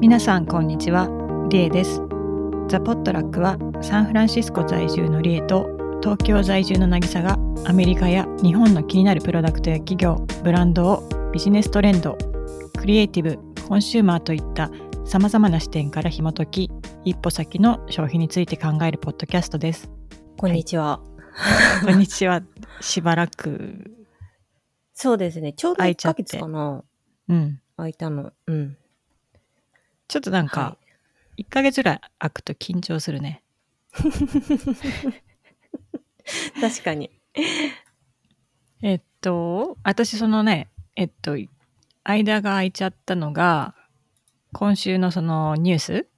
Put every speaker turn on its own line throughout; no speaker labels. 皆さんこんにちはリエですザ・ポットラックはサンフランシスコ在住のリエと東京在住の渚がアメリカや日本の気になるプロダクトや企業ブランドをビジネストレンドクリエイティブコンシューマーといったさまざまな視点から紐解き一歩先の消費について考えるポッドキャストです。
こんにちは。
こんにちはしばらく、
そうですね。ちょうど
空い
1
ちゃっ
ヶ
て
月かな。
うん、
空いたの。うん。
ちょっとなんか
は
1ヶ月ぐらい空くと緊張するね。
い。確かに。
えっと、私そのね、えっと、間が空いちゃったのが、今週のそのニュース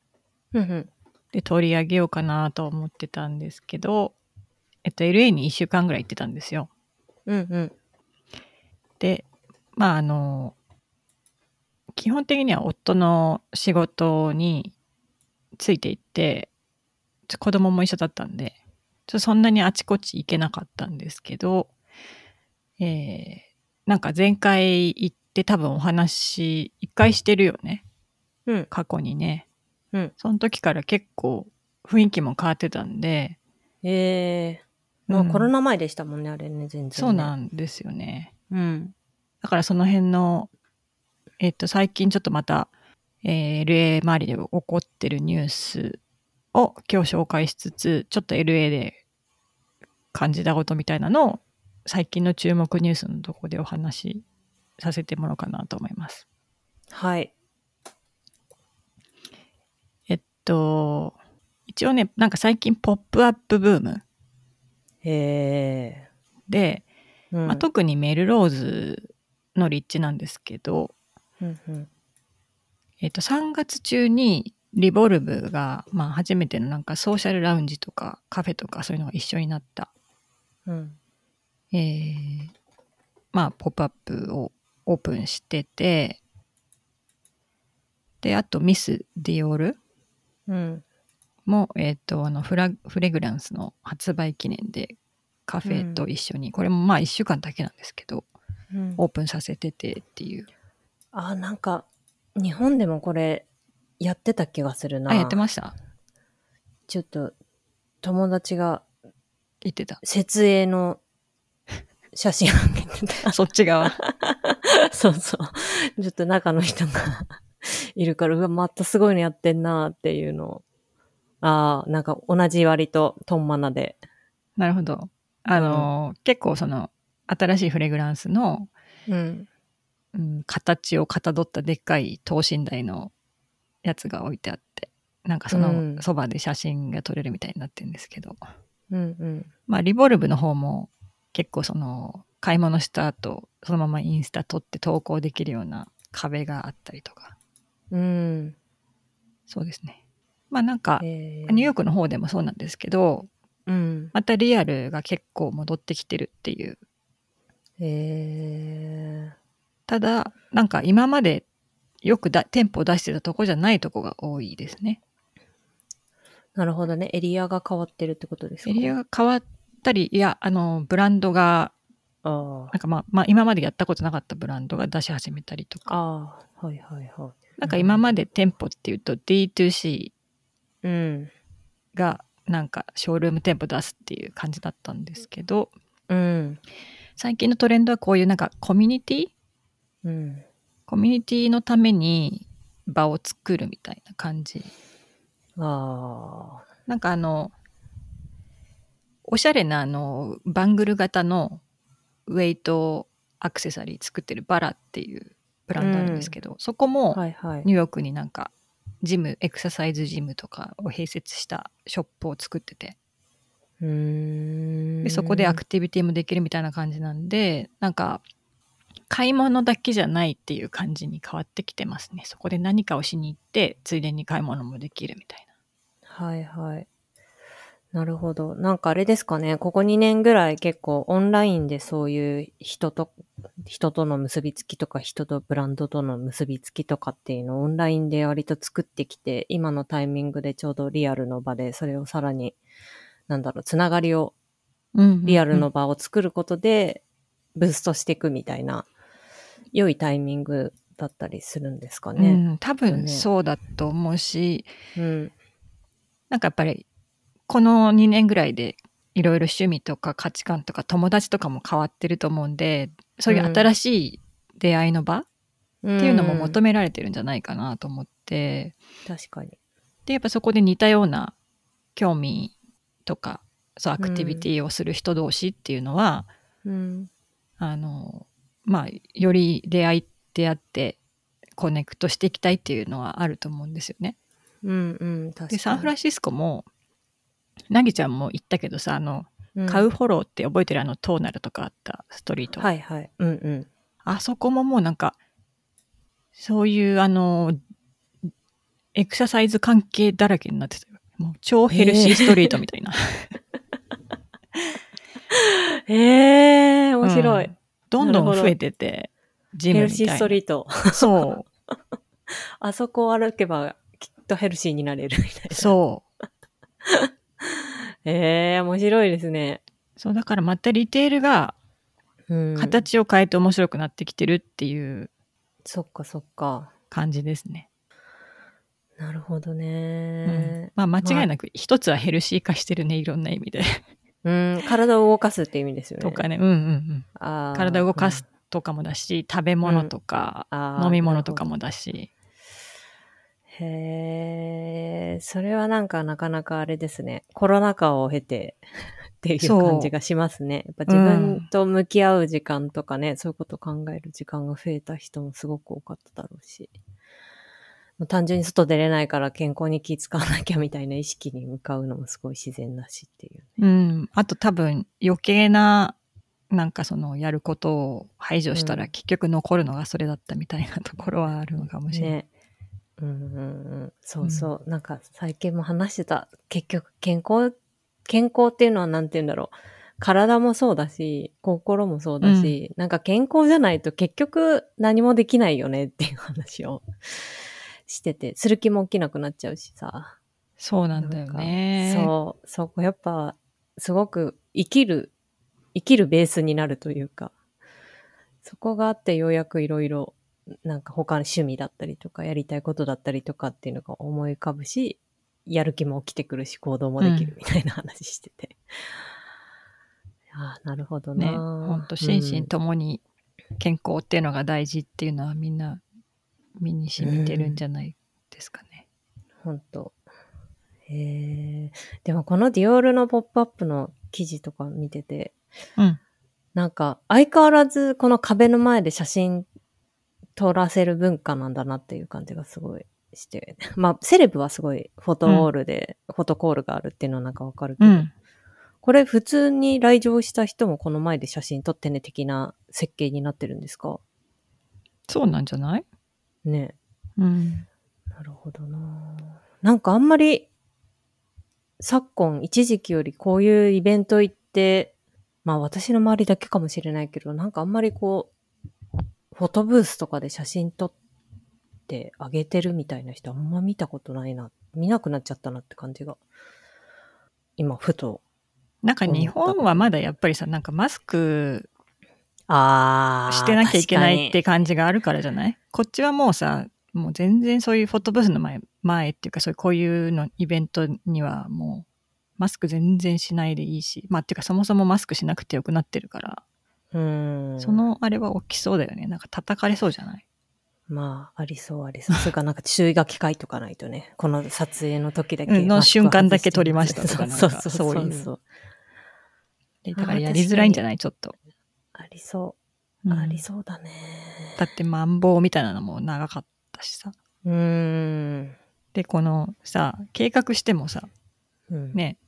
うんうん。
で取り上げようかなと思ってたんですけど、えっと、LA に1週間ぐらい行ってたんですよ。
うんうん。
で、まああの、基本的には夫の仕事についていって、ちょ子供も一緒だったんで、ちょそんなにあちこち行けなかったんですけど、えーなんか前回行って多分お話、一回してるよね、
うん。
過去にね。
うん
その時から結構雰囲気も変わってたんで、
えー。まあ、
うん
コロナ前でしたもんね、あれね、全然、ね。。
そうなんんですよね。
うん。
だからその辺の、えっと、最近ちょっとまた、えー LA 周りで起こってるニュースを今日紹介しつつ、ちょっと LA で感じたことみたいなのを、最近の注目ニュースのとこでお話しさせてもらおうかなと思います。
はい。
えっと、一応ね、なんか最近ポップアップブーム
え
で、
ー。うん
まあ、特にメルローズの立地なんですけど、
うんうん。
えっと、3月中にリボルブが、まあ、初めてのなんかソーシャルラウンジとかカフェとかそういうのが一緒になった、
うん。
えーまあ、ポップアップをオープンしてて、で、あとミス・ディオール
うん。
も、えっと、あのフラ、フレグランスの発売記念でカフェと一緒に、これもまあ1週間だけなんですけど、
うん
オープンさせててっていう。
あ、なんか、日本でもこれ、やってた気がするな。
あ、やってました
ちょっと、友達が、。
言ってた
設営の写真を上げてた。
そっち側。
そうそう。ちょっと中の人が いるから、うわ、またすごいのやってんなっていうのを。ああ、なんか同じ割とトンマナで。
なるほど。あの、結構その新しいフレグランスの、
うん。
うん、形をかたどったでっかい等身大のやつが置いてあってなんかそ
うん
のそばで写真が撮れるみたいになってるんですけど、
うんうん。
まあリボルブの方も結構その買い物した後そのままインスタ撮って投稿できるような壁があったりとか
うん。
そうですね。まあなんか
え
ニューヨー
ク
クの方でもそうなんですけど
うん。
またリアルが結構戻ってきてるっていう
え
ただなんか今までよくだ店舗を出してたとこじゃないとこが多いですね
ー、なるほどね。エリアが変わってるってことですか
エリアが変わったりいやあのブランドが
あ
なんか、まあ、まあ今までやったことなかったブランドが出し始めたりと
あ。
か
ああ。はいはいは
なんか今まで店舗っていうと D2C
い。うん。
がなんかショールーム店舗出すっていう感じだったんですけど
うん。
最近のトレンドはこういうなんかコミュニティ
うん。
コミュニティのために場を作るみたいな感じ
ああ。
なんかあの、おしゃれなあの、バングル型のウェイトアクセサリー作ってるバラっていうブランドあるんですけど、そこも
はいはい。
ニューヨークになんか、ジム、エクササイズジムとかを併設したショップを作ってて、
うーん。
でそこでアクティビティもできるみたいな感じなんで、なんか、買い物だけじゃないっていう感じに変わってきてますね。そこで何かをしに行って、ついでに買い物もできるみたいな。
はいはい。なるほど。なんかあれですかね、ここ2年ぐらい結構オンラインでそういう人と、人との結びつきとか、人とブランドとの結びつきとかっていうのをオンラインで割と作ってきて、今のタイミングでちょうどリアルの場で、それをさらに、なんだろう、つながりを、リアルの場を作ることで、ブーストしていくみたいな、良いタイミングだったりするんですか
う
ね。
ん、多分そうだと思うし、
うん。
なんかやっぱりこの2年ぐらいでいろいろ趣味とか価値観とか友達とかも変わってると思うんでそういう新しい出会いの場っ
うん
ていうのも求められてるんじゃないかなと思って、
確かに。
でやっぱそこで似たような興味とかそうアクティビティをする人同士っていうのは、
うん。
あのまあより出会いってあってコネクトしていきたいっていうのはあると思うんですよね。
うんうん。確かに。
でサンフランシスコもなぎちゃんも行ったけどさあの、
うん
カウフォローって覚えてるあのトーナルとかあったストリート、
はいはい。うんうん。
あそこももうなんかそういうあのエクササイズ関係だらけになってたよもう超ヘルシーストリートみたいな、
ええ、面白
う
い
ん。どんど
なる
ん
ほど
増えててジ
ヘ
ムみ
ル
た
シ
い
ー
な
ストリート。
そ
あそこを歩けばきっとヘルシーになれるみたいうな。
そう
ええ、面白いですね。
そうだからまたリテールが
うん
形を変えて面白くなってきてるっていう
そっかそっか。
感じですね、
なるほど
うん
ね。
まあ間違いなく一つはヘルシー化してるねいろんな意 味で
うん、体を動かすって意味ですよね。
とかね、うんうんうん、
あー
体を動かす、とかもだし食べ物とか、
うんあー
飲み物とかもだし
なるほどへえ、それはなんかなかなかあれですね。コロナ禍を経て っていう
そう
感じがしますね。やっぱ
う
自
ん
分と向き合う時間とかね、そういうこと考える時間が増えた人もすごく多かっただろうし。もう単純に外出れないから健康に気使わなきゃみたいな意識に向かうのもすごい自然だしっていう。
う、ん、あと多分余計ななんかそのやることを排除した
う
ら
ん
結局残るのがそれだったみたいなところはあるのかもしれない、
ね。うんうんうん。そうそう。なんか最近も話してた。結局健康、健康っていうのは何て言うんだろう。体もそうだし、心もそうだし、なんか健康じゃないと結局何もできないよねっていう話をしてて、する気も起きなくなっちゃうしさ。
そうなんだよね
なんかそう、そこやっぱすごく生きる、生きるベースになるというか、そこがあってようやくいろいろ、なんか他の趣味だったりとか、やりたいことだったりとかっていうのが思い浮かぶし、やる気も起きてくるし、行動もできるみたいな話してて。 ああ、なるほどな
ねほんと心身ともに健康っていうのが大事っていうのはみんな身に染みてるんじゃないですかね、
本当。へえ。でもこのディオールのポップアップの記事とか見てて、
うん
なんか相変わらずこの壁の前で写真撮らせる文化なんだなっていう感じがすごいして。 まあ、セレブはすごいフォトウォールで、フォトコールがあるっていうのはなんかわかるけ
う
ど、
ん、
これ普通に来場した人もこの前で写真撮ってね的な設計になってるんですか
そうなんじゃない、
ねえ
うん、
なるほどな。なんかあんまり、昨今、一時期よりこういうイベント行って、まあ私の周りだけかもしれないけど、なんかあんまりこう、フォトブースとかで写真撮ってあげてるみたいな人あんま見たことないな、見なくなっちゃったなって感じが、今、ふと。
なんか日本はまだやっぱりさなんかマスク
あー
してなきゃいけないって。感じがあるからじゃないこっちはもうさもう全然そういうフォトブースの前前っていうかそういうこういうのイベントにはもうマスク全然しないでいいしまあっていうかそもそもマスクしなくてよくなってるから、
確かにうん。
そのあれは起きそうだよねなんか叩かれそうじゃない
まあ、ありそうあ りそう。それかなんか注意書き書いとかないとね。この撮影の時だけ。
うんの
マスク
瞬間だけ撮りましたとかな
外
ん
し
か
てそうそうそうそう
そ
そう。
でだから
あ
やりづらいんじゃないちょっと、
ありそ
うん
う。ありそうだね。
だってマンボウみたいなのも長かったしさ
うーん。
でこのさ計画してもさ
うん。
ね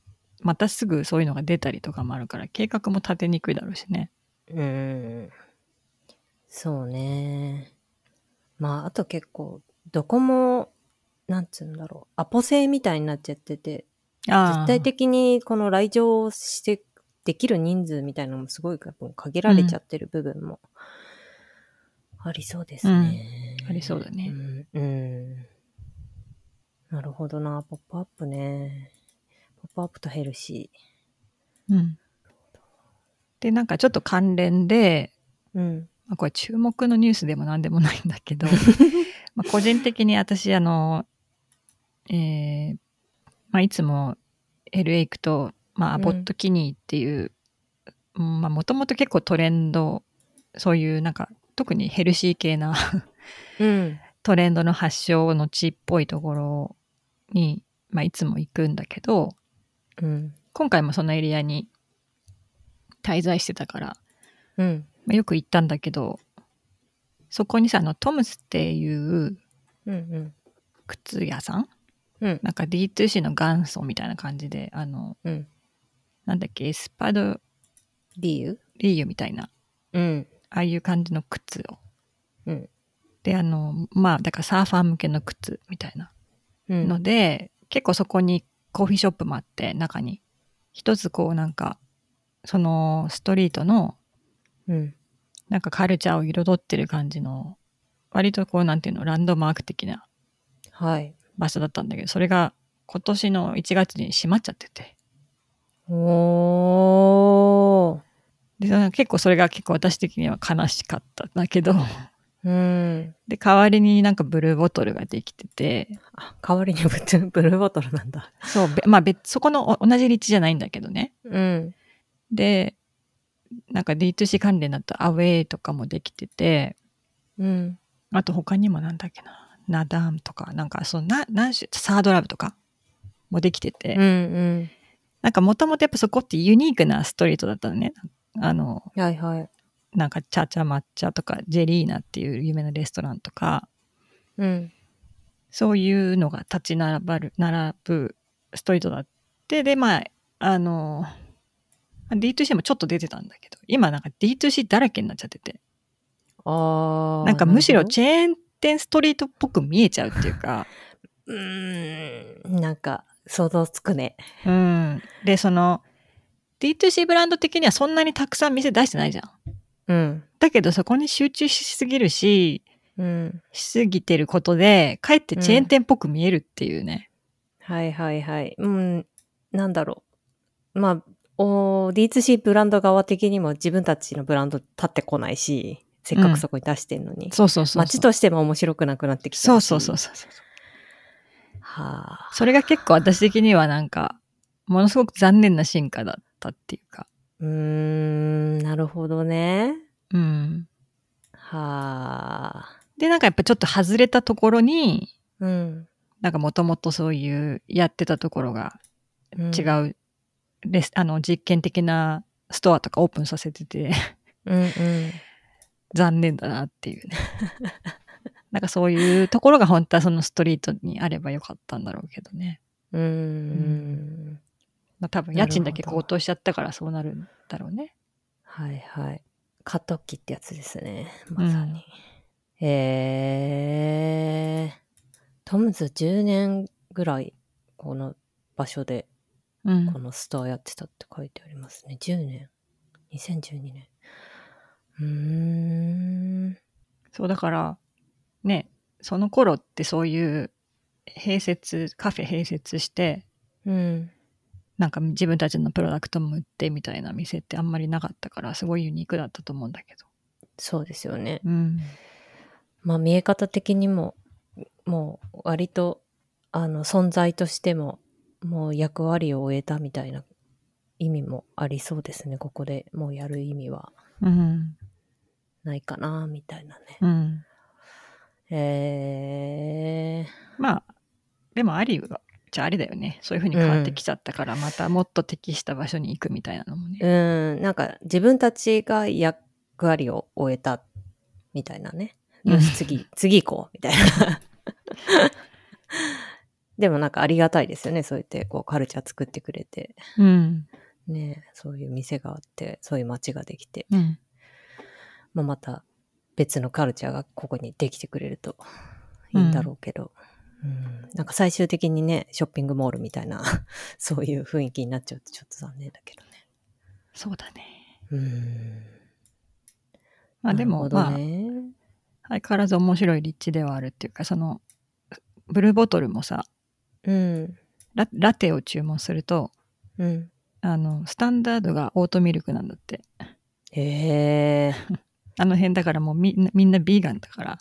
またすぐそういうのが出たりとかもあるから計画も立てにくいだろうしね
うん。そうね。まあ、あと結構、どこも、なんつうんだろう。アポ制みたいになっちゃってて、
あ
絶
あ
対的にこの来場してできる人数みたいなのもすごい限られちゃってる部分もありそうですね。
うんありそうだね
うん。うんなるほどな。ポップアップね。ポップアップとヘルシ
うん、でなんかちょっと関連で
ー。うん。
まあ、これ注目のニュースでも何でもないんだけ どまあ個人的に私あの、えーまあ、いつも LA 行くと、まあ、アボット・キニーっていうもともと結構トレンドそういうなんか特にヘルシー系な
うん。
トレンドの発祥の地っぽいところに、まあ、いつも行くんだけど
うん。
今回もそのエリアに滞在してたから
うん。
まあよく行ったんだけどそこにさあのトムスっていう
うん。うん。
靴屋さん
うん。
なんか D2C の元祖みたいな感じであの
うん。
なんだっけエスパド
理由
リーユみたいな
うん。
ああいう感じの靴を
うん。
であのまあだからサーファー向けの靴みたいな
うん。
ので、結構そこにコーヒーショップもあって中に一つこうなんかそのストリートの
うん。
なんかカルチャーを彩ってる感じの割とこうなんていうのランドマーク的な
はい。
場所だったんだけどそれが今年の1月に閉まっちゃってて
おー。
でなんか結構それが結構私的には悲しかったんだけど
うん。
で代わりになんかブルーボトルができてて
あ、代わりにブツブルーボトルなんだ。
そうべまあ別そこのお同じ立地じゃないんだけどね
うん。
でなんか D2C 関連だとアウェイとかもできてて
うん。
あと他にもなんだっけなナダームとかなんかそのな何種サードラブとかもできてて、
うん。うん。
なんかもともとやっぱそこってユニークなストリートだったのねあの
はいはい。
なんかチャチャ抹茶とかジェリーナっていう有名なレストランとか
うん。
そういうのが立ち並ばる並ぶストリートだってでまああのまあ D2C もちょっと出てたんだけど今なんか D2C だらけになっちゃってて
あー。
なんかむしろ
ェ
チェーン店ストリートっぽく見えちゃうっていうか
うーん。なんか、想像つくね。
うんでその D2C ブランド的にはそんなにたくさん店出してないじゃん
うん。
だけどそこに集中しすぎるし
うん。
しすぎてることでかえってチェーン店っぽく見えるっていうね、
はいはいはい。うん。なんだろう。まあ、お D2C ブランド側的にも自分たちのブランド立ってこないし、せっかくそこに出してんのに。
そうそうそうそう。
街としても面白くなくなってきちゃ
そうう
し
そうそうそうそう。
はあ。
それが結構私的にはなんか、ものすごく残念な進化だったっていうか。
うーん、なるほどね。
うん。
はあ。
で、なんかやっぱちょっと外れたところに、
うん。
なんかもともとそういうやってたところが違
うん。
うレス、あ の実験的なストアとかオープンさせてて
うんうん。
残念だなっていう ね。なんかそういうところが本当はそのストリートにあればよかったんだろうけどね。
うーん。
まあ多分家賃だけ高騰しちゃったからそうなるんだろうね。
はいはい。過渡期ってやつですね。まさに。えー。トムズ10年ぐらい、この場所で、
うん
こ。のスターやってたって書いてありますね。10年。2012年。うーん。
そうだからねその頃ってそういう併設カフェ併設して
うん。
なんか自分たちのプロダクトも売ってみたいな店ってあんまりなかったからすごいユニークだったと思うんだけど、
そうですよね。
うん、
まあ見え方的にももう割とあの存在としてももう役割を終えたみたいな意味もありそうですねここでもうやる意味は
うん
ないかなみたいなね
うん、
え
まあでもありはじゃあありだよねそういう風に変わってきちゃったから、またもっと適した場所に行くみたいなのもね、
ー、うんなんか自分たちが役割を終えたみたいなねよし次次行こうみたいなでもなんかありがたいですよねそうやってこうカルチャー作ってくれて
うん
ねえそういう店があってそういう街ができて、
うん、
まあ、また別のカルチャーがここにできてくれるといいんだろうけど、うんなんか最終的にねショッピングモールみたいな そういう雰囲気になっちゃうとちょっと残念だけ
そうだね
どね。うん
まあでも、
なる
ま
ほ
あ
どね
相変わらず面白い立地ではあるっていうかそのブルーボトルもさ
うん
ララテを注文すると
うん
あのスタンダードがオートミルクなんだって
へえ
あの辺だからもうみんなみんなビーガンだから。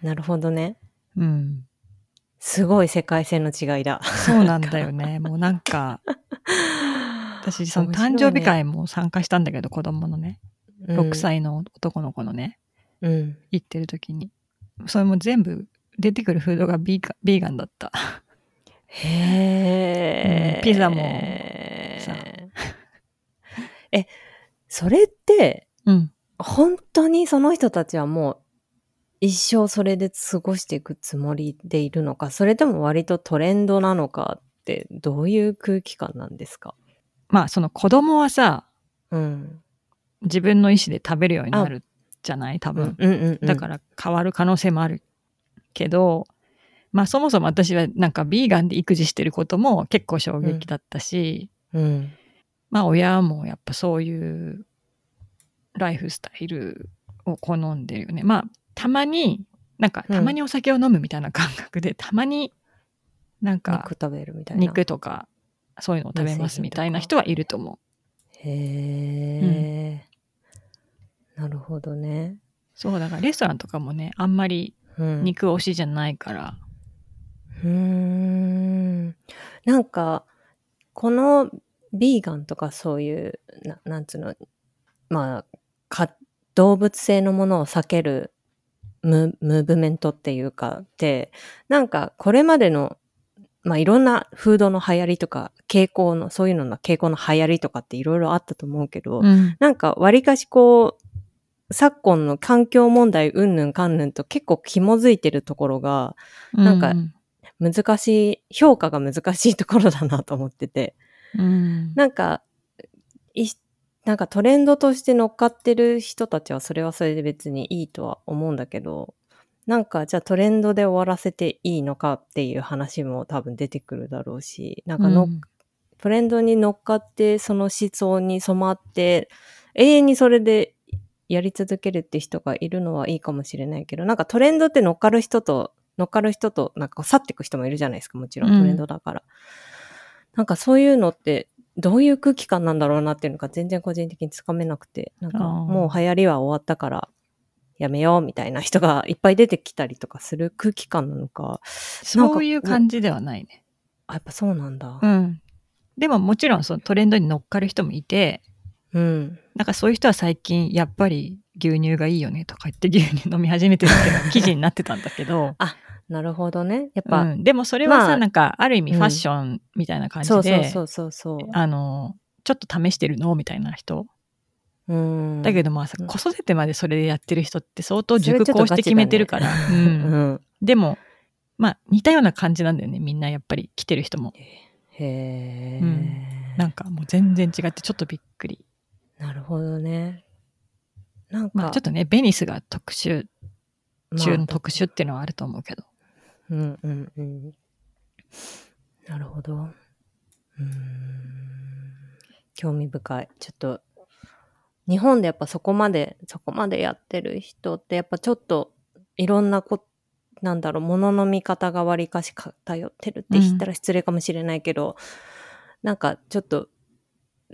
なるほどね。
うん。
すごい世界線の違いだ。
そうなんだよね。もうなんか、私、その誕生日会も参加したんだけど、子供のね、6歳の男の子のね、
うん。うん。
行ってる時に。それも全部、出てくるフードがビーガンビーガンだった。
へ
う
え、
んピザもさ
え、それって、
うん。
本当にその人たちはもう、一生それで過ごしていくつもりでいるのか、それとも割とトレンドなのかって、どういう空気感なんですか
まあ、その子供はさ、
うん。
自分の意思で食べるようになるじゃない多
うん
分。
うんうんうん。
だから変わる可能性もあるけど、まあそもそも私はなんかビーガンで育児してることも結構衝撃だったし、
ら、うん。
まあ親もやっぱそういうライフスタイルを好んでるよね。まあたまになんか
うん
たまにお酒を飲むみたいな感覚で、たまになんか
肉食べるみたいな。
肉とかそういうのを食べますみたいな人はいると思う。
へえ、なるほどね。
そうだからレストランとかもねあんまり
うん。
肉推しじゃないから。
うーん。なんか、このビーガンとかそういう、ななんつうの、まあ、か動物性のものを避けるムムーブメントっていうかって、なんかこれまでの、まあいろんなフードの流行りとか、傾向の、そういうのの傾向の流行りとかっていろいろあったと思うけど、
うん
なんか、わりかしこう、昨今の環境問題うんぬんかんぬんと結構紐づいてるところが、なんか
うん
難しい、評価が難しいところだなと思ってて。
うん
なんか、いなんかトレンドとして乗っかってる人たちはそれはそれで別にいいとは思うんだけど、なんかじゃあトレンドで終わらせていいのかっていう話も多分出てくるだろうし、なんか乗っ
うん
トレンドに乗っかってその思想に染まって永遠にそれでやり続けるって人がいるのはいいかもしれないけどなんかトレンドって乗っかる人と乗っかる人となんか去っていく人もいるじゃないですかもちろ
うん
んトレンドだから、なんかそういうのってどういう空気感なんだろうなっていうのが全然個人的につかめなくてなんか
あー
もう流行りは終わったからやめようみたいな人がいっぱい出てきたりとかする空気感なのか
そういう感じではないね。
あやっぱそうなんだ
うん、でももちろんそのトレンドに乗っかる人もいて、
うん
なんかそういう人は最近やっぱり牛乳がいいよねとか言って牛乳飲み始めてるっていうの が記事になってたんだけど、
なるほどねやっ
う
ぱ、
ん、でもそれはさ、
まあ
なんかある意味
うん
ファッションみたいな感じ
そうそう
で、
そうそうそう。
あのちょっと試してるのみたいな人、
うん
だけどまあさ
うん
子育てまでそれでやってる人って相当
それ
熟
ちょっと
考して決めてるから、う
うんん。
でもまあ似たような感じなんだよねみんなやっぱり来てる人も
へえ、
うんなんかもう全然違ってちょっとびっくり
なるほどね。なんか、
まあちょっとねベニスが特集
まあ
中の特集っていうのはあると思うけど、
うんうんうん。なるほど。うーん。興味深い。ちょっと、日本でやっぱそこまで、そこまでやってる人って、やっぱちょっと、いろんなこ、なんだろう、ものの見方がわりかし偏ってるって言ったら失礼かもしれないけど、なんかちょっと、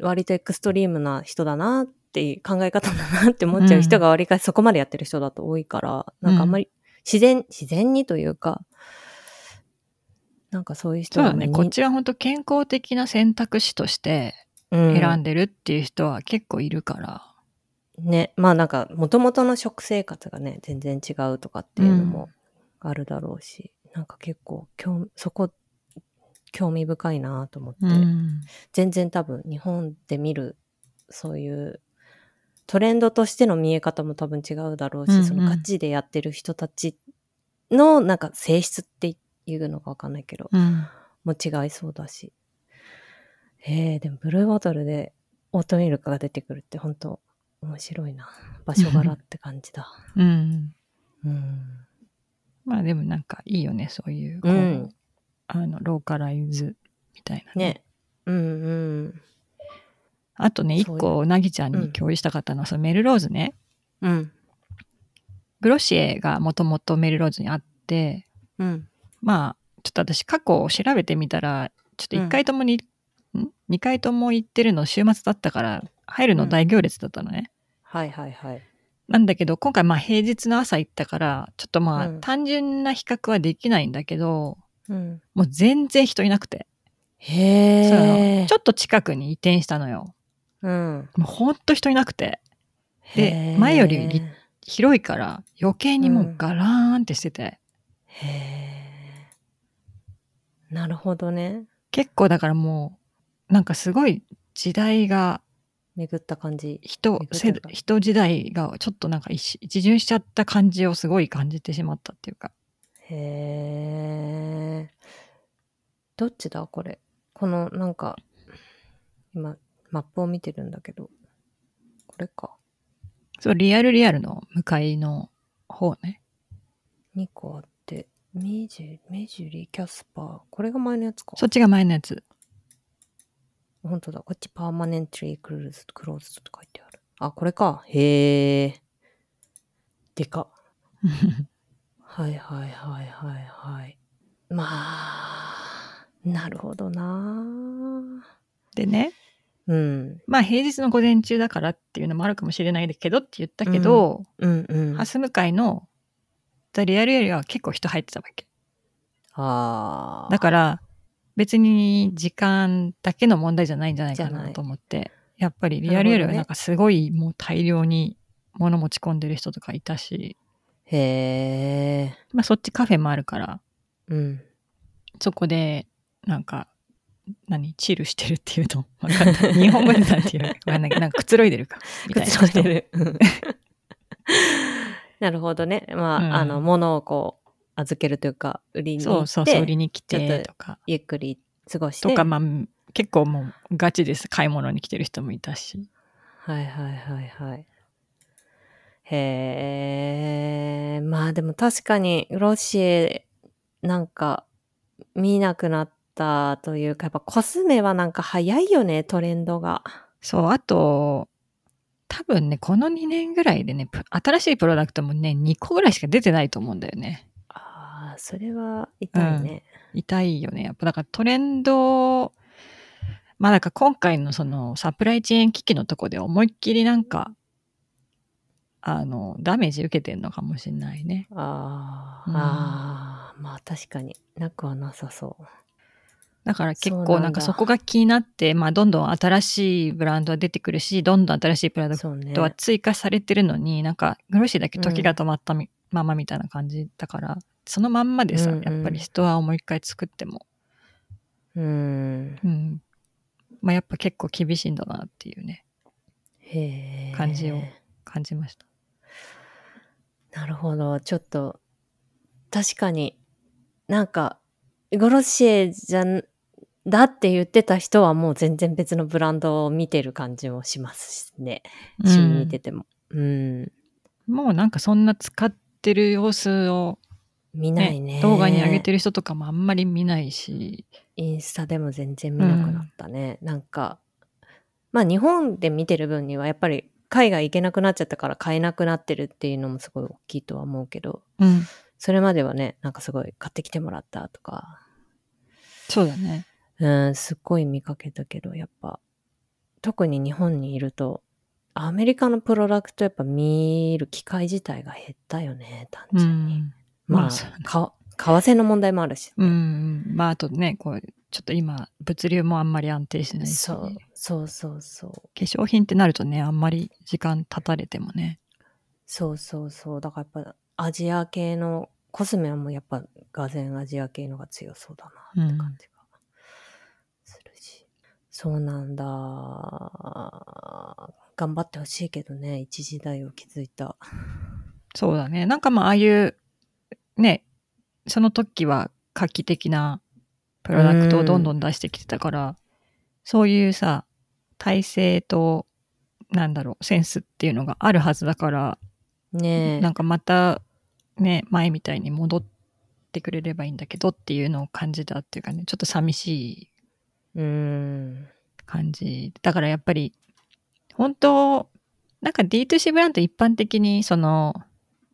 割とエクストリームな人だなっていう考え方だなって思っちゃう人がわりかしそこまでやってる人だと多いから、なんかあんまり自然、自然にというか、なんかそういう人
そうだ
は
ねこっちは本当健康的な選択肢として選んでるっていう人は結構いるから、
ね、まあなんか、もともとの食生活がね、全然違うとかっていうのもあるだろうし、なんか結構興、そこ、興味深いなと思って、全然多分日本で見る、そういう、トレンドとしての見え方も多分違うだろうし、
うんうん
その価値でやってる人たちの、なんか性質っていうのかわかんないけど、
うん
も違いそうだし。えー、でもブルーボトルでオートミルクが出てくるって本当面白いな。場所柄って感じだ。
うん
うん。
まあでもなんかいいよねそういうこ
う
う、
ん。
あのローカライズみたいなね
ね。うんうん。
あとね一
そういう
個なぎちゃん
うん
に共有したかったのは、そのメルローズね
うん。
グロシエがもともとメルローズにあって
うん。
まあちょっと私過去を調べてみたらちょっと1回ともに、ん、2回とも行ってるの週末だったから入るの大行列だったのね、
はいはいはい。
なんだけど、今回まあ平日の朝行ったから、ちょっとまあ
うん
単純な比較はできないんだけど、
うん。
もう全然人いなくて。そう
へえ。
ちょっと近くに移転したのよ。
うん。
もうほんと人いなくて。で
へー
前よりぎ広いから余計にも
う
うんガラーンってしてて。
へえ。なるほどね。
結構だからもう、なんかすごい時代が、
巡った感じ。
人
巡、って
世
るか
人時代がちょっとなんか一一巡しちゃった感じをすごい感じてしまったっていうか。
へえ。どっちだこれ。このなんか、今、マップを見てるんだけど。これか。
そう、リアルリアルの向かいの方ね。
2個あって。メジュ、メジュリ、キャスパー。これが前のやつか。
そっちが前のやつ。
本当だ。こっちパーマネントリークルーズ、クローズと書いてある。あ、これか。へえ。でかっ。はいはいはいはいはい。まあ、なるほどな。
でね、
うん。
まあ平日の午前中だからっていうのもあるかもしれないけどって言ったけど、
うんうん。
ハス向かいのザ・リアルよりは結構人入ってたわけ。
あ
だ
あ。
から別に時間だけの問題じゃないんじゃないか
じゃな
ないと思ってやっぱりリアルよりはなんかすごいもう大量に物持ち込んでる人とかいたし、
へえ。
まあ、そっちカフェもあるから
うん。
そこでなんか何チルしてるっていうと分かん ない日本語でなんていうのか分かんないけどなんかくつろいでるかみたいな
くつろいで る。うんなるほどね。まあ、
うん
あの、物をこう、預けるというか、売りに行っ
そ
て、
うそうそう売りに来
ちょってと
とか
ゆっくり過ごして。
とかまあ結構もうガチです買い物に来てる人もいたし
はいはいはいはい。へえ、まあでも確かにロシエなんか見なくなったというか、やっぱコスメはなんか早いよね、トレンドが。
そう、あと、多分ね、この2年ぐらいでね、プ新しいプロダクトもね、2個ぐらいしか出てないと思うんだよね。
ああ、それは痛いね。
痛いよね。やっぱだからトレンド、まあだから今回のそのサプライチェーン危機のとこで思いっきりなんか、あの、ダメージ受けてんのかもしれないね。
あー、
うん
あー、まあ確かになくはなさそう。
だから結
そうな
構
んだ
なんかそこが気になって、まあどんどん新しいブランドは出てくるし、どんどん新しいプロダクト
そうね
と。は追加されてるのに、なんかグロシーだけ時が止まったみ、ままみたいな感じだからそのまんまでさ、
うんうん
やっぱり人はもう一回作っても、
うん。
うんまあ、やっぱ結構厳しいんだなっていうね
へえ。
感じを感じました
なるほど。ちょっと、確かになんか、ゴロシエじゃん、だって言ってた人はもう全然別のブランドを見てる感じもしますしね。一緒に見てても。うん。
うんもうなんかそんな使ってる様子を、
見な
ね
いね。
動画に上げてる人とかもあんまり見ないし
インスタでも全然見なくなったね。なんか、まあ日本で見てる分にはやっぱり海外行けなくなっちゃったから買えなくなってるっていうのもすごい大きいとは思うけど、
うん
それまではね、なんかすごい買ってきてもらったとか、
そうだね
うん、すっごい見かけたけど、やっぱ、特に日本にいると、アメリカのプロダクトやっぱ見る機会自体が減ったよね、単
う
純に。
ん
ま
ま
あ、
あそうね
か為替の問題もあるし、
うんうんまああとねこうちょっと今物流もあんまり安定してないし
そう、そうそうそう。
化粧品ってなるとねあんまり時間経たれてもね
そうそうそう。だからやっぱ、アジア系の、コスメはもうやっぱ、がぜんアジア系のが強そうだなって感じがするし。そうなんだ。頑張ってほしいけどね、一時代を築いた。
そうだねなんかまあああいうねその時は画期的なプロダクトをどんどん出してきてたから、そういうさ体制となんだろうセンスっていうのがあるはずだから、
ねえ。
なんかまたね前みたいに戻ってくれればいいんだけどっていうのを感じたっていうかねちょっと寂しいう
ーん。
感じだからやっぱり本当なんか D2C ブランド一般的にその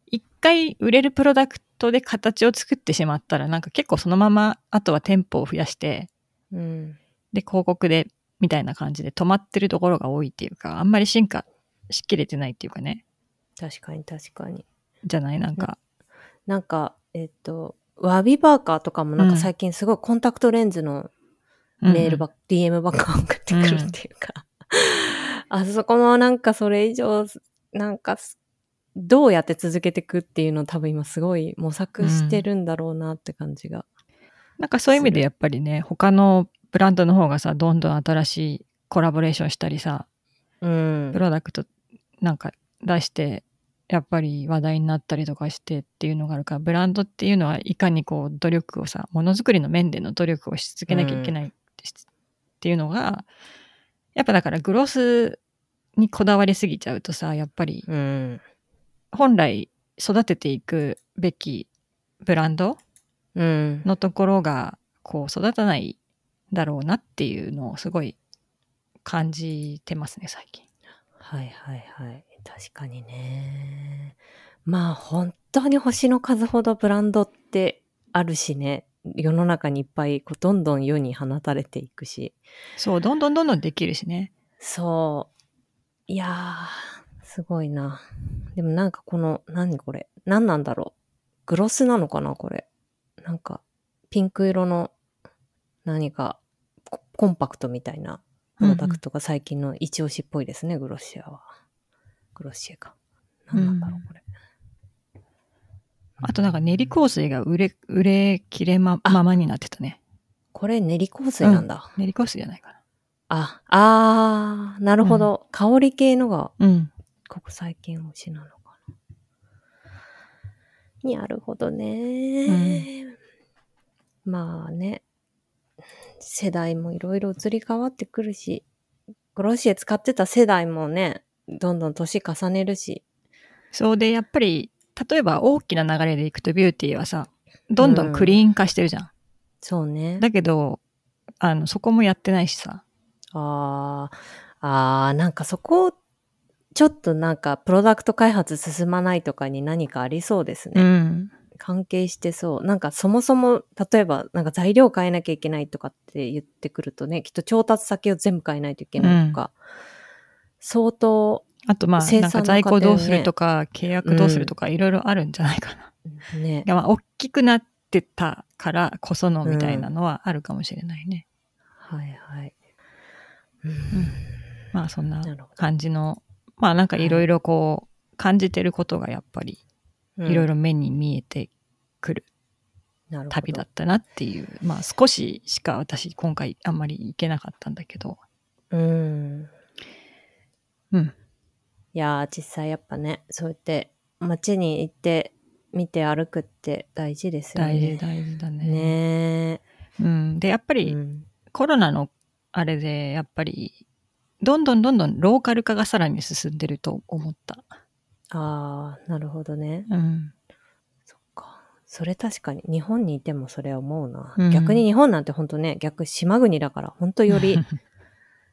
一回売れるプロダクトで形を作ってしまったらなんか結構そのままあとは店舗を増やして
うん。
で広告でみたいな感じで止まってるところが多いっていうかあんまり進化しきれてないっていうかね
確かに確かに。
じゃないなんか、
なんか、えっと、ワビバーカーとかもなん
うん
か最近すごいコンタクトレンズの
うん
メールばっ、DM ばっか送ってくるっていう か、あそこもなんかそれ以上、なんかす、どうやって続けていくっていうのを多分今すごい模索してるんだろうなって感じが。
なんかそういう意味でやっぱりね他のブランドの方がさどんどん新しいコラボレーションしたりさ
うん
プ。ロダクトなんか出してやっぱり話題になったりとかしてっていうのがあるからブランドっていうのはいかにこう努力をさものづくりの面での努力をし続けなきゃいけないしっていうのが、やっぱだからグロスにこだわりすぎちゃうとさやっぱり
うん。
本来育てていくべきブランド
うん。
のところがこう育たないだろうなっていうのをすごい感じてますね最近。
はいはいはい。確かにね。まあ本当に星の数ほどブランドってあるしね。世の中にいっぱいこうどんどん世に放たれていくし。
そうどんどんどんどんできるしね。
そう。いやー、すごいな。でもなんかこの、何これ。何なんだろう。グロスなのかなこれ。なんか、ピンク色の何かココンパクトみたいなプロダクトが最近の一押しっぽいですね、グロッシアは。グロッシアか。何なんだろ
うん
う、これ。
あとなんか練り香水が売れ、売れ切れまままになってたね。
これ練り香水なんだ。
練り香水じゃないか
あ、あー、なるほど。香り系のが
な。うん。
ここ最近推しなのかな。なるほどね、まあね、世代もいろいろ移り変わってくるし、グロッシエ使ってた世代もね、どんどん年重ねるし、
そうで、やっぱり、例えば大きな流れでいくとビューティーはさ、どんどんクリーン化してるじゃん。
そうね。
だけど、あの、そこもやってないしさ。
あーあー、なんかそこ、ちょっとなんかプロダクト開発進まないとかに何かありそうですね。
ん。
関係してそう。なんかそもそも、例えば、なんか材料変えなきゃいけないとかって言ってくるとね、きっと調達先を全部変えないといけないとか、相当、
あとまあ、
生産
なんか在庫どうするとか、契約どうするとか、いろいろあるんじゃないか な。
ね
い、やまあ、大きくなってたからこそのみたいなのはあるかもしれないね。
はいはい。
まあ、そんな
なるほ
感じの、まあなんかいろいろこう、感じてることがやっぱり、
ど。
いろいろ
ろ
目に見えてくる旅だったなっていう、まあ少ししか私今回あんまり行けなかったんだけど、
うん。
うん、
いやー、実際やっぱね、そうやって街に行って、見て歩くって大事ですよね。
大事大事だね。
ね
うん、でやっぱ
え。
り
うん
コロナのあれでやっぱりどんどんどんどんローカル化がさらに進んでると思った。
ああ、なるほどね。
うん、
そっか。それ確かに、日本にいてもそれ思うな。
うん
逆に日本なんて本当ね、逆島国だから、本当より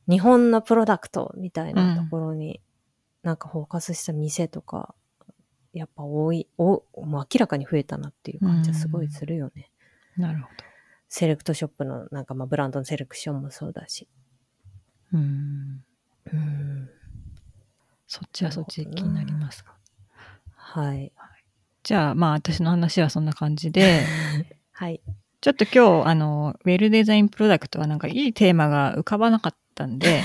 日本のプロダクトみたいなところに、なんかフォーカスした店とか、やっぱ多い、おもう明らかに増えたなっていう感じはすごいするよね。
なるほ
セレクトショップの、なんかまあブランドのセレクションもそうだし。
ど。うん、
うん。
そっちはそっちで気になりますか。
はい。
じゃあまあ私の話はそんな感じで。
はい。
ちょっと今日、あの、ウェルデザインプロダクトはなんかいいテーマが浮かばなかったんで、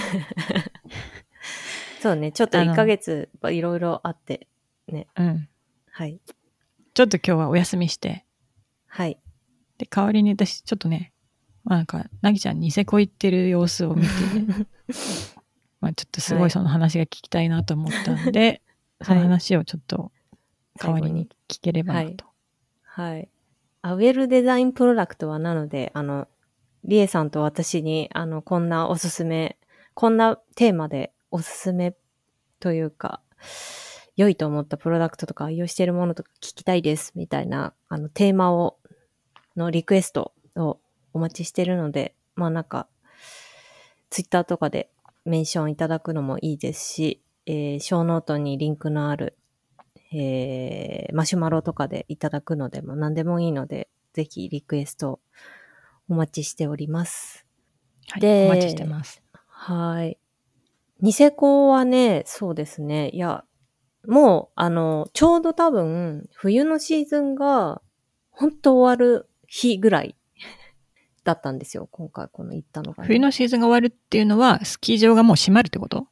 そうね、ちょっと
あの
1ヶ月いろいろあって、
うん。
はい。
ちょっと今日はお休みして、
はい。
で、代わりに私、ちょっとね、まあなんか、なぎちゃんニセコ行ってる様子を見て、まあちょっとすご
はい
いその話が聞きたいなと思ったんで、その話をちょっと代わりに聞ければなと。
はい。あウェルデザインプロダクトはなので、あの、リエさんと私に、あの、こんなおすすめ、こんなテーマでおすすめというか、良いと思ったプロダクトとか愛用しているものとか聞きたいです、みたいな、あの、テーマを、のリクエストをお待ちしてるので、まあなんか、ツイッターとかでメンションいただくのもいいですし、えー、ショーノートにリンクのあるえーマシュマロとかでいただくのでも何でもいいので、ぜひリクエストお待ちしております。
はい
で
お待ちしてます。
はい。ニセコはね、そうですね。いや、もう、あの、ちょうど多分、冬のシーズンが、本当終わる日ぐらい だったんですよ。今回、この行ったのがね、
冬のシーズンが終わるっていうのは、スキー場がもう閉まるってこと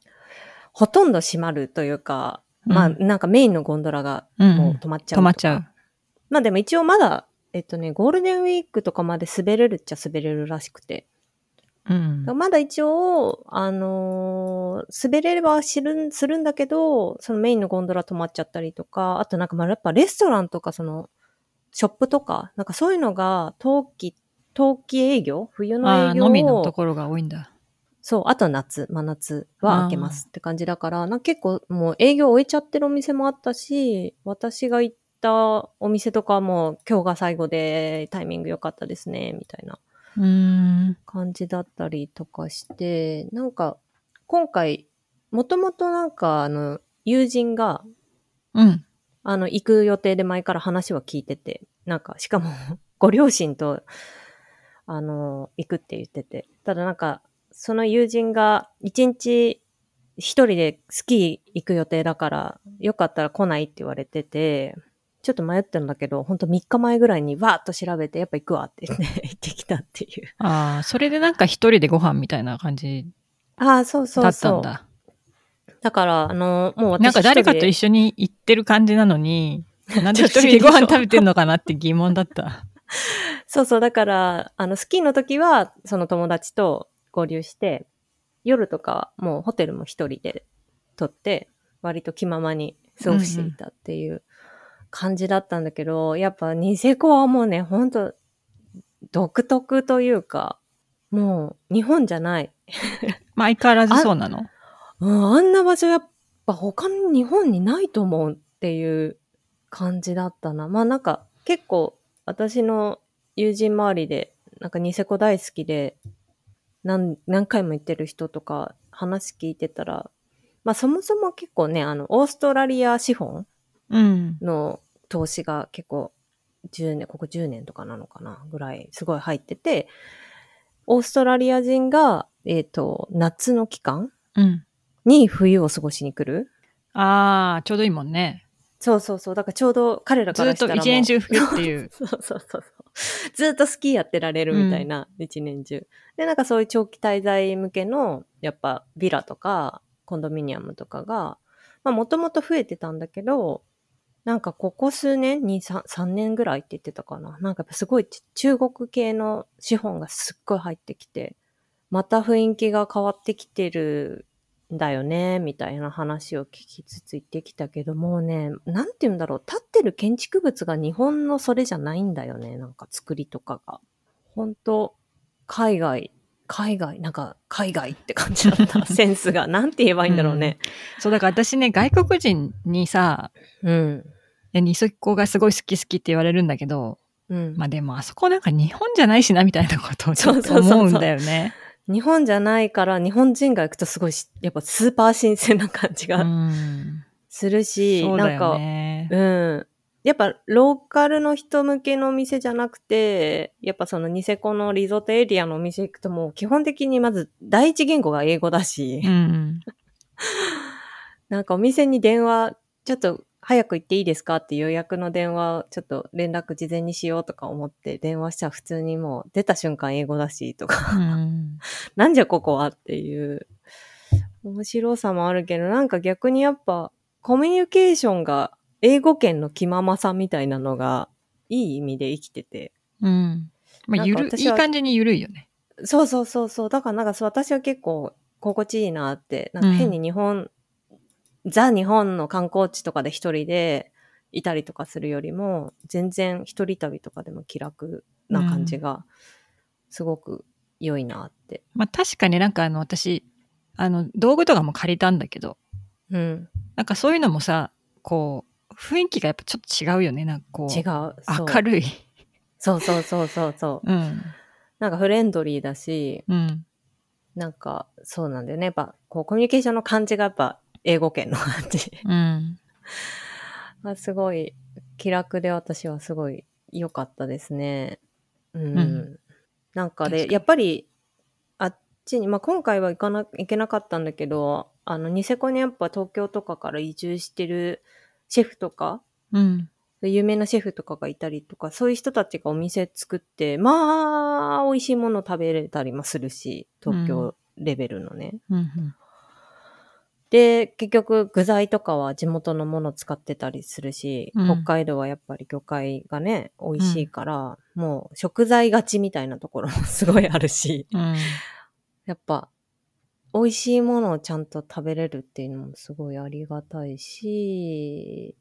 ほとんど閉まるというか、まあ、
うん
なんかメインのゴンドラが
うん
もう止まっちゃう、
止まっちゃう。。
まあでも一応まだ、えっとね、ゴールデンウィークとかまで滑れるっちゃ滑れるらしくて。
うん。
まだ一応、あのー滑れれば知るん、するんだけど、そのメインのゴンドラ止まっちゃったりとか、あとなんかまあやっぱレストランとかその、ショップとか、なんかそういうのが、冬季、冬季営業冬の
あ
営
あ、
業を
のみのところが多いんだ。
そう、あと夏、真夏は開けますって感じだから、なんか結構もう営業終えちゃってるお店もあったし、私が行ったお店とかはもう今日が最後でタイミング良かったですね、みたいな
うーん。
感じだったりとかして、なんか今回、もともとなんかあの、友人が、
うん。
あの、行く予定で前から話は聞いてて、なんか、しかも、 ご両親と、あの、行くって言ってて。ただなんか、その友人が、一日、一人でスキー行く予定だから、よかったら来ないって言われてて、ちょっと迷ってんだけど、ほんと3日前ぐらいにわーっと調べて、やっぱ行くわって言って 行ってきたっていう。
ああ、それでなんか一人でご飯みたいな感じ
ああ、そうそ
だっ
う
た
そ
ん
う。
だ。
だから、あの、もう私
なんか誰か
一人
と
で
一緒に行ってる感じなの に、なんで一人で
ち
ご
ょっと
飯食べてんのかなって疑問だ った。
そうそう、だから、あの、スキーの時は、その友達と合流して、夜とか、もうホテルも一人で取って、割と気ままに過ごしていたっていう感じだったんだけど、やっぱニセコはもうね、ほんと、独特というか、もう日本じゃない。
まあ相変わらずそうなの。
うん、あんな場所やっぱ他の日本にないと思うっていう感じだったな。まあなんか結構私の友人周りでなんかニセコ大好きで何何回も行ってる人とか話聞いてたら、まあそもそも結構ね、あのオーストラリア資本
うん。
の投資が結構10年、ここ10年とかなのかなぐらいすごい入ってて、オーストラリア人が、えっ、と、夏の期間
うん。
に冬を過ごしに来る
ああ、ちょうどいいもんね。
そうそうそう。だからちょうど彼らか
ず
ら
っ
した
と
ら
一
もう
年中吹くって いう。
そうそうそうそう。ずっとスキーやってられるみたいな、一年中。で、なんかそういう長期滞在向けの、やっぱビラとか、コンドミニアムとかが、まあもともと増えてたんだけど、なんかここ数年、2、3, 3年ぐらいって言ってたかな。なんかやっぱすごいち中国系の資本がすっごい入ってきて、また雰囲気が変わってきてるんだよね、みたいな話を聞きつつ言ってきたけど、もうね、なんて言うんだろう、立ってる建築物が日本のそれじゃないんだよね、なんか作りとかが。本当海外、海外、なんか海外って感じだ った、センスが。なんて言えばいいんだろうね。
そう、だから私ね、外国人にさ、
うん。
いやニセコがすごい好き好きって言われるんだけど、
うん。
まあでもあそこなんか日本じゃないしなみたいなことをちょっと
そうそうそうそう
思うんだよ ね。
日本じゃないから、日本人が行くとすごいし、やっぱスーパー新鮮な感じ
う
が
ん。
するし、
そうだ
なん
よ
か、
ね。
うん。やっぱローカルの人向けのお店じゃなくて、やっぱそのニセコのリゾートエリアのお店行くともう基本的にまず第一言語が英語だし、
うん。
なんかお店に電話、ちょっと早く行っていいですかって予約の電話、ちょっと連絡事前にしようとか思って電話したら普通にもう出た瞬間英語だしとか
うん。
なんじゃここはっていう面白さもあるけど、なんか逆にやっぱコミュニケーションが英語圏の気ままさみたいなのがいい意味で生きてて。
うん。まあ、ゆ
な
る
んか、
い
私
い
は
感じにゆるいよね。
そうそうそうそう。だからなんかそう私は結構心地いいなって、なんか変に日本、ザ日本の観光地とかで一人でいたりとかするよりも、全然一人旅とかでも気楽な感じがすごく良いなって。
まあ確かになんかあの私、あの道具とかも借りたんだけど、
うん。
なんかそういうのもさ、こう、雰囲気がやっぱちょっと違うよね。なんかこう、
違う。そう
明るい。
そうそうそうそうそう。
うん。
なんかフレンドリーだし、
うん。
なんかそうなんだよね。やっぱこうコミュニケーションの感じがやっぱ英語圏の感じ
うん。
がすごい気楽で私はすごい良かったですね。うん。
うん
なんか
確か
で、
に
やっぱりあっちに、まあ、今回は行かな、行けなかったんだけど、あの、ニセコにやっぱ東京とかから移住してるシェフとか、
うん。
有名なシェフとかがいたりとか、そういう人たちがお店作って、まあ、美味しいもの食べれたりもするし、東京レベルのね。
うんうん。
で、結局具材とかは地元のもの使ってたりするし、
うん
北海道はやっぱり魚介がね、美味しいから、もう食材勝ちみたいなところもすごいあるし、
うん
やっぱ美味しいものをちゃんと食べれるっていうのもすごいありがたいし、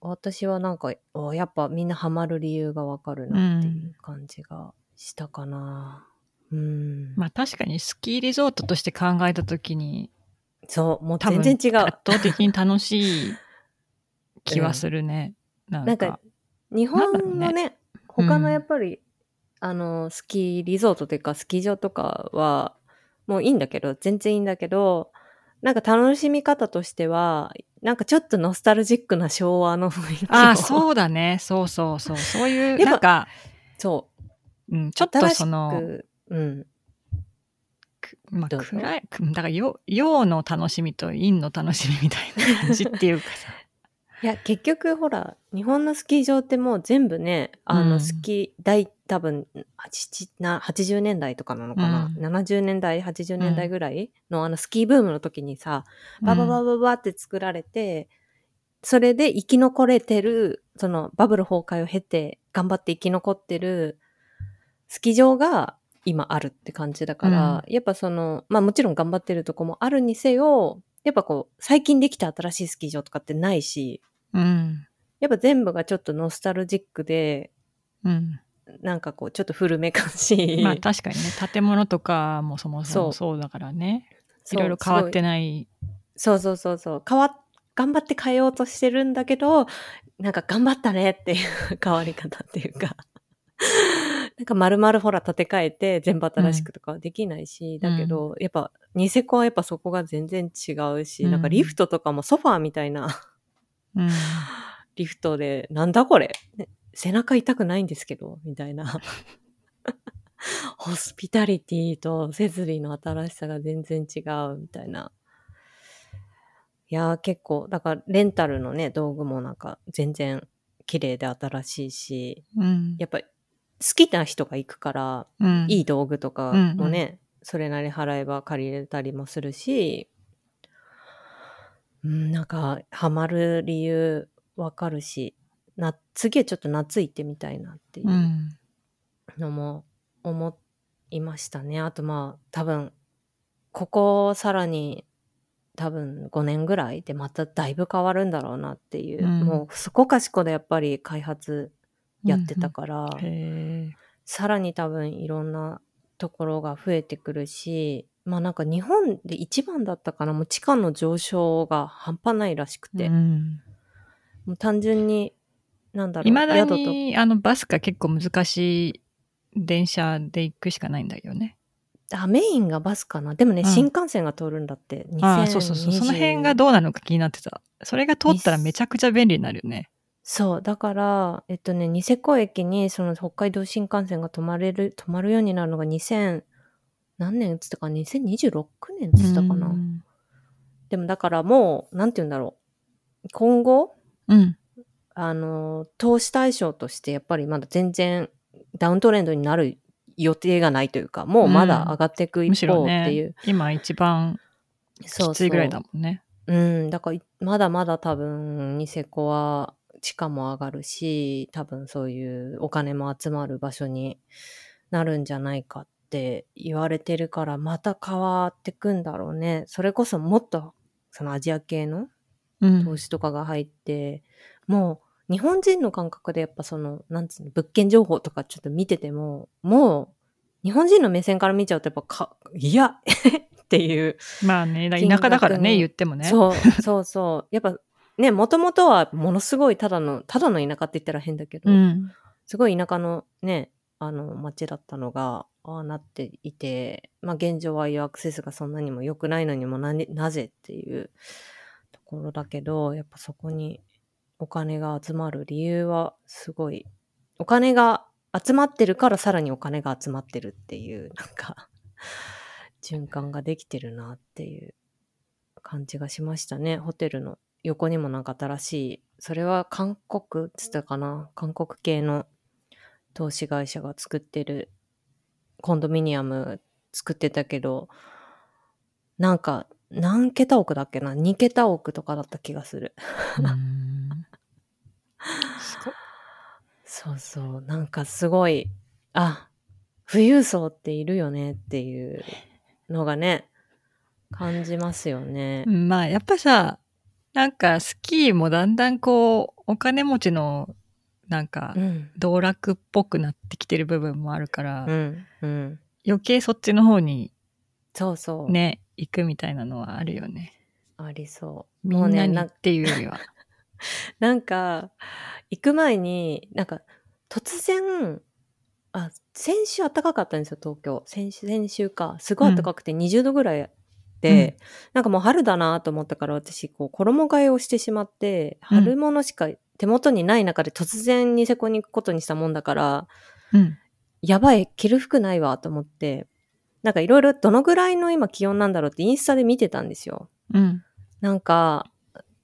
私はなんか、おやっぱみんなハマる理由がわかるなっていう感じがしたかな。うん。
まあ確かにスキーリゾートとして考えた時に
そう、もう
多分
全然違う
圧。倒的に楽しい気はするね。
な
なんん
か
か、
日本の
な
ね
ん
他
う
の
ん
やっぱり、あのスキーリゾートというかスキー場とかはもういいんだけど全然いいんだけどなんか楽しみ方としてはなんかちょっとノスタルジックな昭和の雰囲気を
ああ、
う
そうだね。そうそうそう。そういう、
やっぱ
なんか、
そう
うん、ちょっとそ
新し
の、
くうん
くまあ、
どうぞ
暗い、くだから陽、陽の楽しみと陰の楽しみみたいな感じっていうかさ。
いや結局ほら日本のスキー場ってもう全部ねあの
うん
スキー大多分80な80年代とかなのかな、
う
70年代80年代ぐらいの、あのスキーブームの時にさ ババババババって作られて、それで生き残れてる、そのバブル崩壊を経て頑張って生き残ってるスキー場が今あるって感じだから、やっぱその、まあもちろん頑張ってるとこもあるにせよ、やっぱこう、最近できた新しいスキー場とかってないし、
うん。
やっぱ全部がちょっとノスタルジックで、
うん。
なんかこう、ちょっと古めかしい。
まあ確かにね、建物とかもそもそもそうだからね。い
そう
ろいろ変わってない。
そうそうそうそう。変わ、頑張って変えようとしてるんだけど、なんか頑張ったねっていう変わり方っていうか。なんか丸々ほら建て替えて全部新しくとかはできないし、
うん
だけど、やっぱニセコはやっぱそこが全然違うし、
うん
なんかリフトとかもソファーみたいな
うん。
リフトで、なんだこれ、ね背中痛くないんですけど、みたいな。ホスピタリティと設備の新しさが全然違うみたいな。いやー結構、だからレンタルのね、道具もなんか全然綺麗で新しいし、
うん。
やっぱり好きな人が行くから、
うん。
いい道具とかもね、それなり払えば借りれたりもするし、うん、なんか、ハマる理由わかるし、な、次はちょっと夏行ってみたいなっていううんのも思いましたね。あとまあ、多分、ここさらに多分5年ぐらいでまただいぶ変わるんだろうなっていう、
うん
もうそこかしこでやっぱり開発やってたから、
へえ。
さらに多分いろんなところが増えてくるしまあなんか日本で一番だったかなもう地価の上昇が半端ないらしくて、
うん。
もう単純になんだろう
いまだ
宿と
にあのバスが結構難しい電車で行くしかないんだよね。
あメインがバスかなでもね、
うん
新幹線が通るんだって
ああそうそうそうその辺がどうなのか気になってた。それが通ったらめちゃくちゃ便利になるよね。
そうだからえっとねニセコ駅にその北海道新幹線が止まれる止まるようになるのが2000何年っつったか2026年っつったかな、
うん
でもだからもうなんて言うんだろう今後
うん
あの投資対象としてやっぱりまだ全然ダウントレンドになる予定がないというかもうまだ上がっていく
む
一
しろ
方っていう、
ね今一番
そ
き
う
つ
そう
いぐらいだもんね。
うんだからいまだまだ多分ニセコは地価も上がるし多分そういうお金も集まる場所になるんじゃないかって言われてるからまた変わってくんだろうねそれこそもっとそのアジア系の
うん
投資とかが入って、もう日本人の感覚でやっぱその、なんつうの、物件情報とかちょっと見てても、もう日本人の目線から見ちゃうとやっぱか、いや っていう、
まあねだ
金額
田舎だからね
に
言ってもね。
そう、そうそう。やっぱね、もともとはものすごいただの、ただの田舎って言ったら変だけど、
うん
すごい田舎のね、あの街だったのが、ああなっていて、まあ現状はああいうアクセスがそんなにも良くないのにもなになぜっていうところだけど、やっぱそこにお金が集まる理由はすごい、お金が集まってるからさらにお金が集まってるっていう、なんか、循環ができてるなっていう感じがしましたね。ホテルの横にもなんか新しい、それは韓国っつったかな韓国系の投資会社が作ってるコンドミニアム作ってたけど、なんか何桁億だっけな ?2 桁億とかだった気がする。
うーんすごい
そうそう。なんかすごい、あ、富裕層っているよねっていうのがね、感じますよね
う。んまあやっぱさなんかスキーもだんだんこうお金持ちのなんか
うん。
道楽っぽくなってきてる部分もあるから、
うん。うん。
余計そっちの方に
そうそう。
ね行くみたいなのはあるよね
ありそう。
み
もうん
な
ね、
に
な
っていうより は、
なんか、行く前に、なんか、突然、あ、先週暖かかったんですよ、東京。先週、先週か。すごい暖かくて20度ぐらいで、なんかもう春だなと思ったから、私、こう、衣替えをしてしまって、
うん
春物しか手元にない中で突然ニセコに行くことにしたもんだから、
うん、
やばい、着る服ないわと思って、なんかいろいろどのぐらいの今気温なんだろうってインスタで見てたんですよ。
うん
なんか、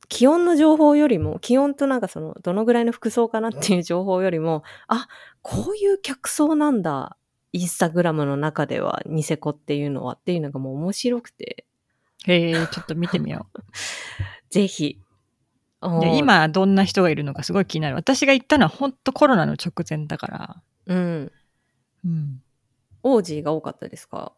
気温の情報よりも、気温となんかその、どのぐらいの服装かなっていう情報よりも、あ、こういう客層なんだ。インスタグラムの中では、ニセコっていうのはっていうのがもう面白くて、
へえちょっと見てみよ
ぜひ。
うで、今どんな人がいるのかすごい気になる私が行ったのは本当コロナの直前だから、
うん。
うん、
オージーが多かったですか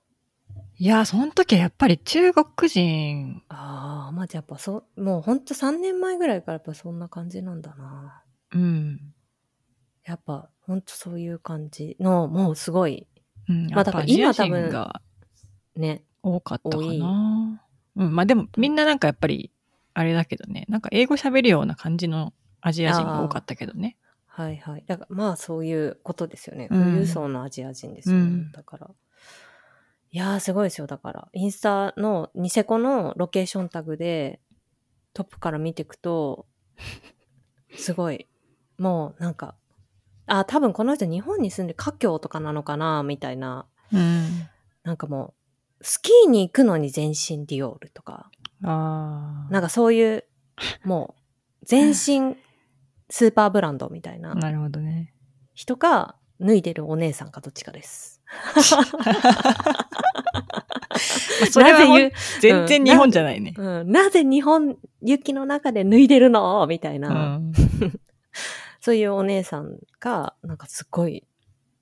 いやその時はやっぱり中国人
ああ、まあじゃあやっぱそう、もうほんと3年前ぐらいからやっぱそんな感じなんだな。
うん、
やっぱ、ほんとそういう感じの、もうすごい、
うん、
まあ
やっぱ
だから
アジ
今
ア
多分
人が
ね。
多かったか
多い
な。うん、まあでもみんななんかやっぱりあれだけどね、なんか英語喋るような感じのアジア人が多かったけどね。
はいはい。だからまあそういうことですよね。
うん
富裕層のアジア人ですよね。
うん
だから。いやーすごいですよ。だから、インスタのニセコのロケーションタグでトップから見ていくと、すごい、もうなんか、あ、多分この人日本に住んで華僑とかなのかな、みたいな。
うん。
なんかもう、スキーに行くのに全身ディオールとか、
ああ。
なんかそういう、もう、全身スーパーブランドみたいな。
なるほどね。
人か脱いでるお姉さんかどっちかです。
まあそれは
なぜ
ほん
ゆ
全然日本じゃないね。
うん、なぜ日本雪の中で脱いでるのみたいうな、
ん。
そういうお姉さんか、なんかすっごい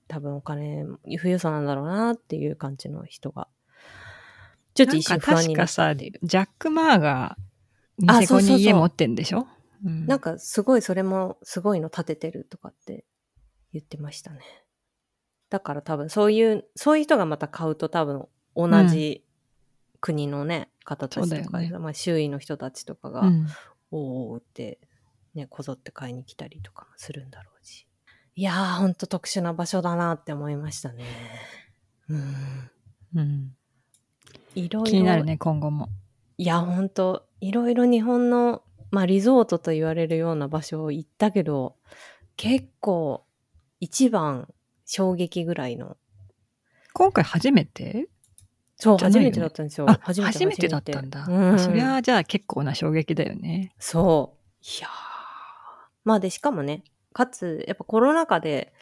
多分お金、富裕層なんだろうなっていう感じの人が。ちょっと
なん
一
か
瞬不安
確
にな
かさ、
っ
ジ
てい
ャ
る。
ック・マーがニ
あ
セコ
そうそうそう
に家持ってんでしょうん
なんかすごいそれもすごいの立ててるとかって言ってましたね。だから多分そういう、そういう人がまた買うと多分同じ国のね、方たち
そうだ
と
よ
か、
ね
まあ周囲の人たちとかが、
うん
おーおーってね、こぞって買いに来たりとかもするんだろうし。いやー、ほんと特殊な場所だなって思いましたね。うん。
うん
いろいろ。
気になるね、今後も。
いや、ほんと、いろいろ日本の、まあ、リゾートと言われるような場所を行ったけど、結構、一番衝撃ぐらいの。
今回初めて
そう、
じゃな
初
いよね
めてだったんですよ。
あ、初めてだったんだ。
うん、
そりゃあじゃあ結構な衝撃だよね。
そう。いやーまあで、しかもね、かつ、やっぱコロナ禍で、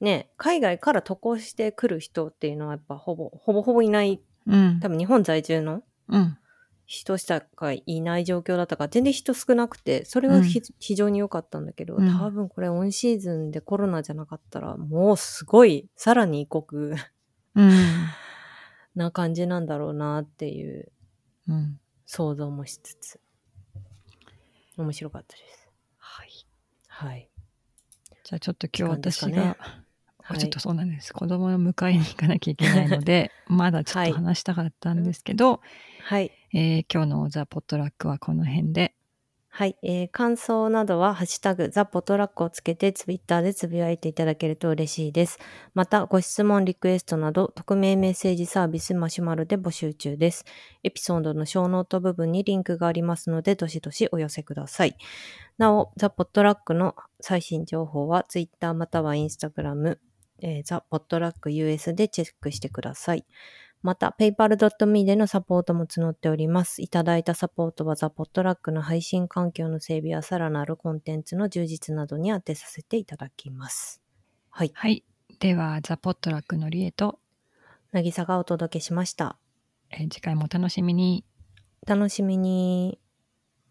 ね、海外から渡航してくる人っていうのは、やっぱほぼ、ほぼほぼいない、
うん
多。分日本在住の
うん。
人しかいない状況だったから全然人少なくてそれはひ、非常に良かったんだけど、
うん
多分これオンシーズンでコロナじゃなかったらもうすごいさらに異国
うん。
な感じなんだろうなっていう
うん。
想像もしつつ面白かったです
はい。
はい
じゃあちょっと今日
時間ですか
私
ね
が、
はい
ちょっとそうなんです。子供の迎えに行かなきゃいけないの で、まだちょっと話したかったんですけど、
はい
えー今日のザ・ポットラックはこの辺で。
はい、えー感想などは「ハッシュタグザポトラック」をつけてツイッターでつぶやいていただけると嬉しいですまたご質問リクエストなど匿名メッセージサービスマシュマロで募集中ですエピソードの小ノート部分にリンクがありますのでどしどしお寄せくださいなおザポットラックの最新情報はツイッターまたはインスタグラムザ・ポットラック US でチェックしてください。また、paypal.me でのサポートも募っております。いただいたサポートは、ザ・ポットラックの配信環境の整備やさらなるコンテンツの充実などに充てさせていただきます。はい。
はい。では、ザ・ポットラックのりえと、
なぎさがお届けしました。
えー次回もお楽しみに。
楽しみに。